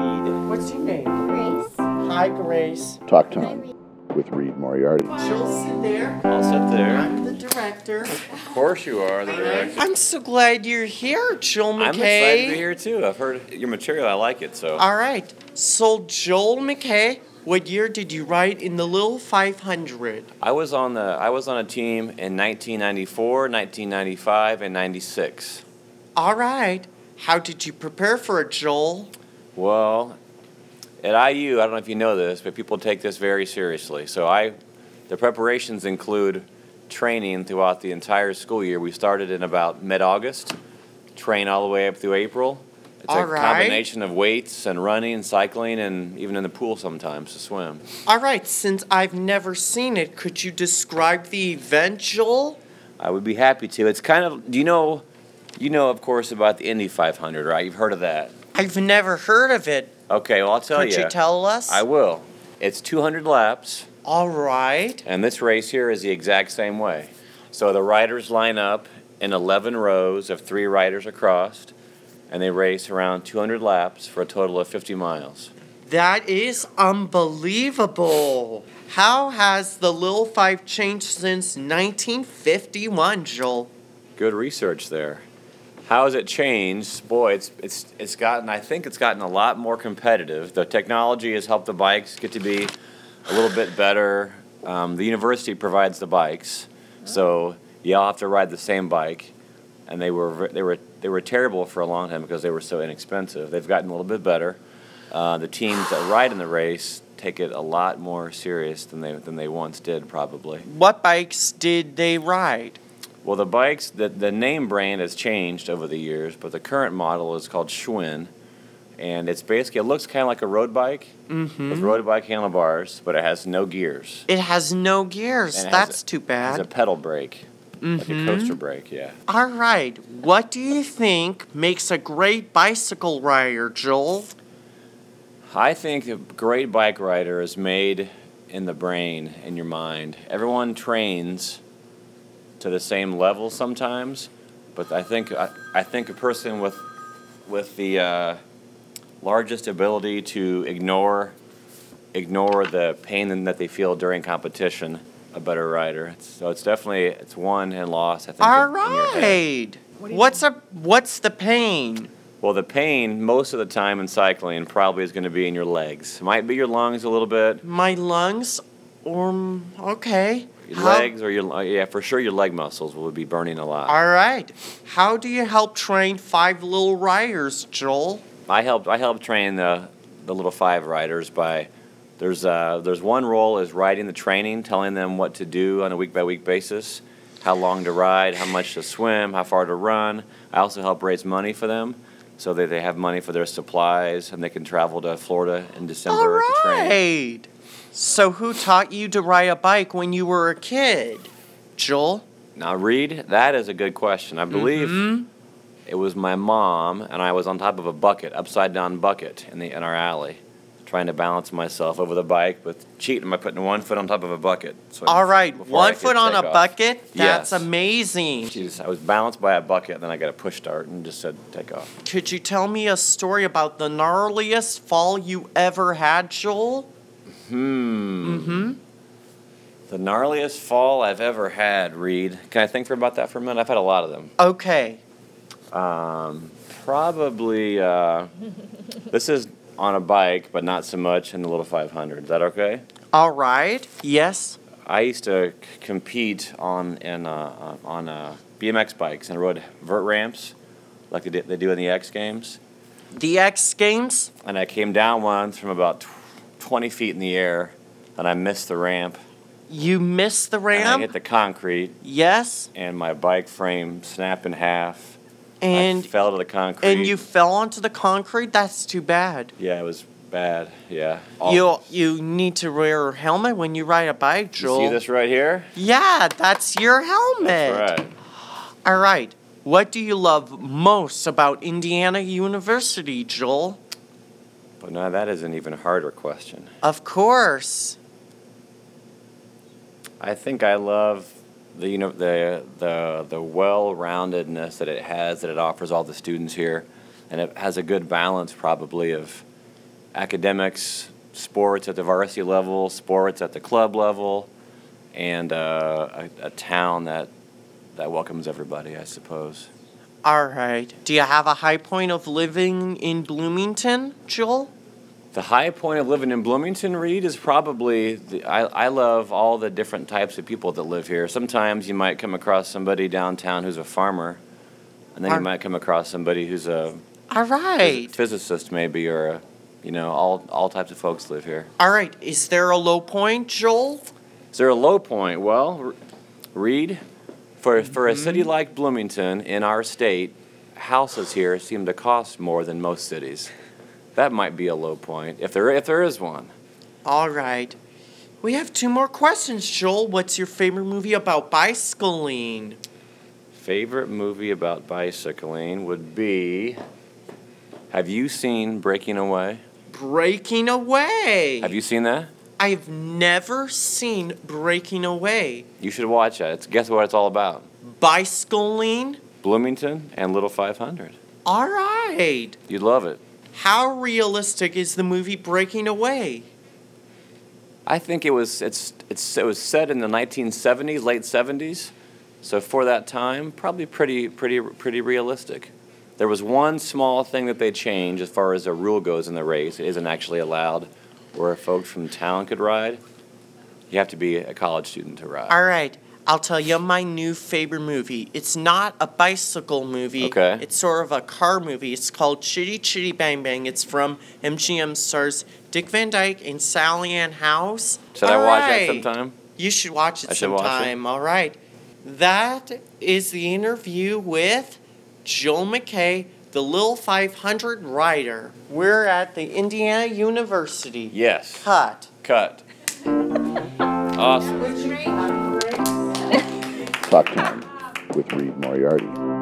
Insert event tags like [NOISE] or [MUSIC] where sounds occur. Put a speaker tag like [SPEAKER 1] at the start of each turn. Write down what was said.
[SPEAKER 1] What's your name?
[SPEAKER 2] Grace.
[SPEAKER 1] Hi, Grace.
[SPEAKER 3] Talk Time with Reed Moriarty.
[SPEAKER 1] She'll sit there.
[SPEAKER 4] I'll sit there.
[SPEAKER 1] I'm the director.
[SPEAKER 4] Of course you are the director.
[SPEAKER 1] I'm so glad you're here, Joel McKay.
[SPEAKER 4] I'm excited to be here too. I've heard your material. I like it. So
[SPEAKER 1] All right. So, Joel McKay, what year did you write in the Little 500?
[SPEAKER 4] I was on the I was on a team in 1994, 1995, and 96.
[SPEAKER 1] All right. How did you prepare for it, Joel?
[SPEAKER 4] Well, at IU, I don't know if you know this, but people take this very seriously. So I, the preparations include training throughout the entire school year. We started in about mid-August, train all the way up through April. It's
[SPEAKER 1] All
[SPEAKER 4] a
[SPEAKER 1] right.
[SPEAKER 4] combination of weights and running and cycling and even in the pool sometimes to swim.
[SPEAKER 1] All right. Since I've never seen it, could you describe the event, Joel?
[SPEAKER 4] I would be happy to. It's kind of do you know, you know of course about the Indy 500, right? You've heard of that.
[SPEAKER 1] I've never heard of it.
[SPEAKER 4] Okay, well I'll tell
[SPEAKER 1] could you tell us?
[SPEAKER 4] Oh, I will. It's 200 laps.
[SPEAKER 1] All right.
[SPEAKER 4] And this race here is the exact same way. So the riders line up in 11 rows of three riders across, and they race around 200 laps for a total of 50 miles.
[SPEAKER 1] That is unbelievable. How has the Lil 5 changed since 1951, Joel?
[SPEAKER 4] Good research there. How has it changed? Boy, it's, it's, it's gotten, I think it's gotten a lot more competitive. The technology has helped the bikes get to be a little bit better. Um, the university provides the bikes, so you all have to ride the same bike. And they were, ver- they were, they were terrible for a long time because they were so inexpensive. They've gotten a little bit better. Uh, the teams that ride in the race take it a lot more serious than they, than they once did, probably.
[SPEAKER 1] What bikes did they ride?
[SPEAKER 4] Well, the bikes, the, the name brand has changed over the years, but the current model is called Schwinn. And it's basically, it looks kind of like a road bike with road bike handlebars, but it has no gears.
[SPEAKER 1] It has no gears.
[SPEAKER 4] And it has
[SPEAKER 1] That's
[SPEAKER 4] a-
[SPEAKER 1] too
[SPEAKER 4] It's
[SPEAKER 1] bad.
[SPEAKER 4] a pedal brake, like a coaster brake, yeah.
[SPEAKER 1] All right. What do you think makes a great bicycle rider, Joel?
[SPEAKER 4] I think a great bike rider is made in the brain, in your mind. Everyone trains to the same level sometimes, but I think I, I think a person with with the uh, largest ability to ignore ignore the pain that they feel during competition, a better rider. So it's definitely it's won and lost. I think.
[SPEAKER 1] All
[SPEAKER 4] in- in your head.
[SPEAKER 1] right. What's a what's the pain?
[SPEAKER 4] Well, the pain most of the time in cycling probably is going to be in your legs. Might be your lungs a little bit.
[SPEAKER 1] My lungs or okay.
[SPEAKER 4] Your
[SPEAKER 1] How-
[SPEAKER 4] legs or your uh, yeah, for sure your leg muscles will be burning a lot.
[SPEAKER 1] All right. How do you help train five little riders, Joel?
[SPEAKER 4] I helped I helped train the the little five riders by there's uh there's one role is riding the training, telling them what to do on a week by week basis, how long to ride, how much to swim, how far to run. I also help raise money for them so that they have money for their supplies and they can travel to Florida in December
[SPEAKER 1] All
[SPEAKER 4] to train.
[SPEAKER 1] right. So who taught you to ride a bike when you were a kid? Joel?
[SPEAKER 4] Now Reed, that is a good question. I believe
[SPEAKER 1] Mm-hmm.
[SPEAKER 4] It was my mom, and I was on top of a bucket, upside down bucket, in the in our alley, trying to balance myself over the bike with cheating by putting one foot on top of a bucket. So
[SPEAKER 1] All right,
[SPEAKER 4] before I
[SPEAKER 1] one
[SPEAKER 4] could
[SPEAKER 1] foot on
[SPEAKER 4] take
[SPEAKER 1] a
[SPEAKER 4] off.
[SPEAKER 1] bucket? That's
[SPEAKER 4] Yes.
[SPEAKER 1] amazing.
[SPEAKER 4] Jeez, I was balanced by a bucket, and then I got a push start and just said take off.
[SPEAKER 1] Could you tell me a story about the gnarliest fall you ever had, Joel?
[SPEAKER 4] Hmm.
[SPEAKER 1] Mm-hmm.
[SPEAKER 4] Mm-hmm. The gnarliest fall I've ever had, Reed. Can I think for about that for a minute? I've had a lot of them.
[SPEAKER 1] Okay.
[SPEAKER 4] Um, probably uh, [LAUGHS] this is on a bike, but not so much in the little 500. Is that okay?
[SPEAKER 1] All right. Yes.
[SPEAKER 4] I used to c- compete on in, uh, on uh, BMX bikes and rode vert ramps, like they, did, they do in the X Games.
[SPEAKER 1] The X Games?
[SPEAKER 4] And I came down once from about tw- 20 feet in the air, and I missed the ramp.
[SPEAKER 1] You missed the
[SPEAKER 4] And I
[SPEAKER 1] ramp?
[SPEAKER 4] hit the concrete,
[SPEAKER 1] yes.
[SPEAKER 4] and my bike frame snapped in half.
[SPEAKER 1] And
[SPEAKER 4] I fell to the concrete.
[SPEAKER 1] and you fell onto the concrete? That's too bad.
[SPEAKER 4] yeah, it was bad. Yeah.
[SPEAKER 1] You you need to wear a helmet when you ride a bike,
[SPEAKER 4] You see
[SPEAKER 1] Joel.
[SPEAKER 4] this right here?
[SPEAKER 1] Yeah, that's your helmet.
[SPEAKER 4] That's right.
[SPEAKER 1] All right. What do you love most about Indiana University, Joel?
[SPEAKER 4] But now that is an even harder question.
[SPEAKER 1] Of course.
[SPEAKER 4] I think I love the you know the the the well-roundedness that it has that it offers all the students here, and it has a good balance probably of academics, sports at the varsity level, sports at the club level, and uh, a, a town that that welcomes everybody, I suppose.
[SPEAKER 1] All right. Do you have a high point of living in Bloomington, Joel?
[SPEAKER 4] The high point of living in Bloomington, Reed, is probably the, I, I love all the different types of people that live here. Sometimes you might come across somebody downtown who's a farmer, and then
[SPEAKER 1] Are-
[SPEAKER 4] you might come across somebody who's a
[SPEAKER 1] All right.
[SPEAKER 4] physicist, maybe, or a, you know, all all types of folks live here.
[SPEAKER 1] All right. Is there a low point, Joel?
[SPEAKER 4] Is there a low point? Well, R- Reed, for for a city like Bloomington in our state, houses here seem to cost more than most cities. That might be a low point if there if there is one.
[SPEAKER 1] All right. We have two more questions, Joel. What's your favorite movie about bicycling?
[SPEAKER 4] Favorite movie about bicycling would be. Have you seen Breaking Away?
[SPEAKER 1] Breaking Away.
[SPEAKER 4] Have you seen that?
[SPEAKER 1] I've never seen Breaking Away.
[SPEAKER 4] You should watch it. It's, guess what it's all about?
[SPEAKER 1] Bicycling?
[SPEAKER 4] Bloomington and Little 500.
[SPEAKER 1] All right.
[SPEAKER 4] You'd love it.
[SPEAKER 1] How realistic is the movie Breaking Away?
[SPEAKER 4] I think it was it's, it's it was set in the 1970s, late 70s. So for that time, probably pretty pretty pretty realistic. There was one small thing that they changed as far as a rule goes in the race. It isn't actually allowed where folks from town could ride. You have to be a college student to ride.
[SPEAKER 1] All right. I'll tell you my new favorite movie. It's not a bicycle movie.
[SPEAKER 4] Okay.
[SPEAKER 1] It's sort of a car movie. It's called Chitty Chitty Bang Bang. It's from MGM stars Dick Van Dyke and Sally Ann House.
[SPEAKER 4] Should I
[SPEAKER 1] All
[SPEAKER 4] watch
[SPEAKER 1] right.
[SPEAKER 4] that sometime?
[SPEAKER 1] You should watch it
[SPEAKER 4] I should watch it?
[SPEAKER 1] sometime. All right. That is the interview with Joel McKay, the Lil 500 rider. We're at the Indiana University.
[SPEAKER 4] Yes.
[SPEAKER 1] Cut.
[SPEAKER 4] [LAUGHS] Cut. awesome.
[SPEAKER 3] Clock Time with Reed Moriarty.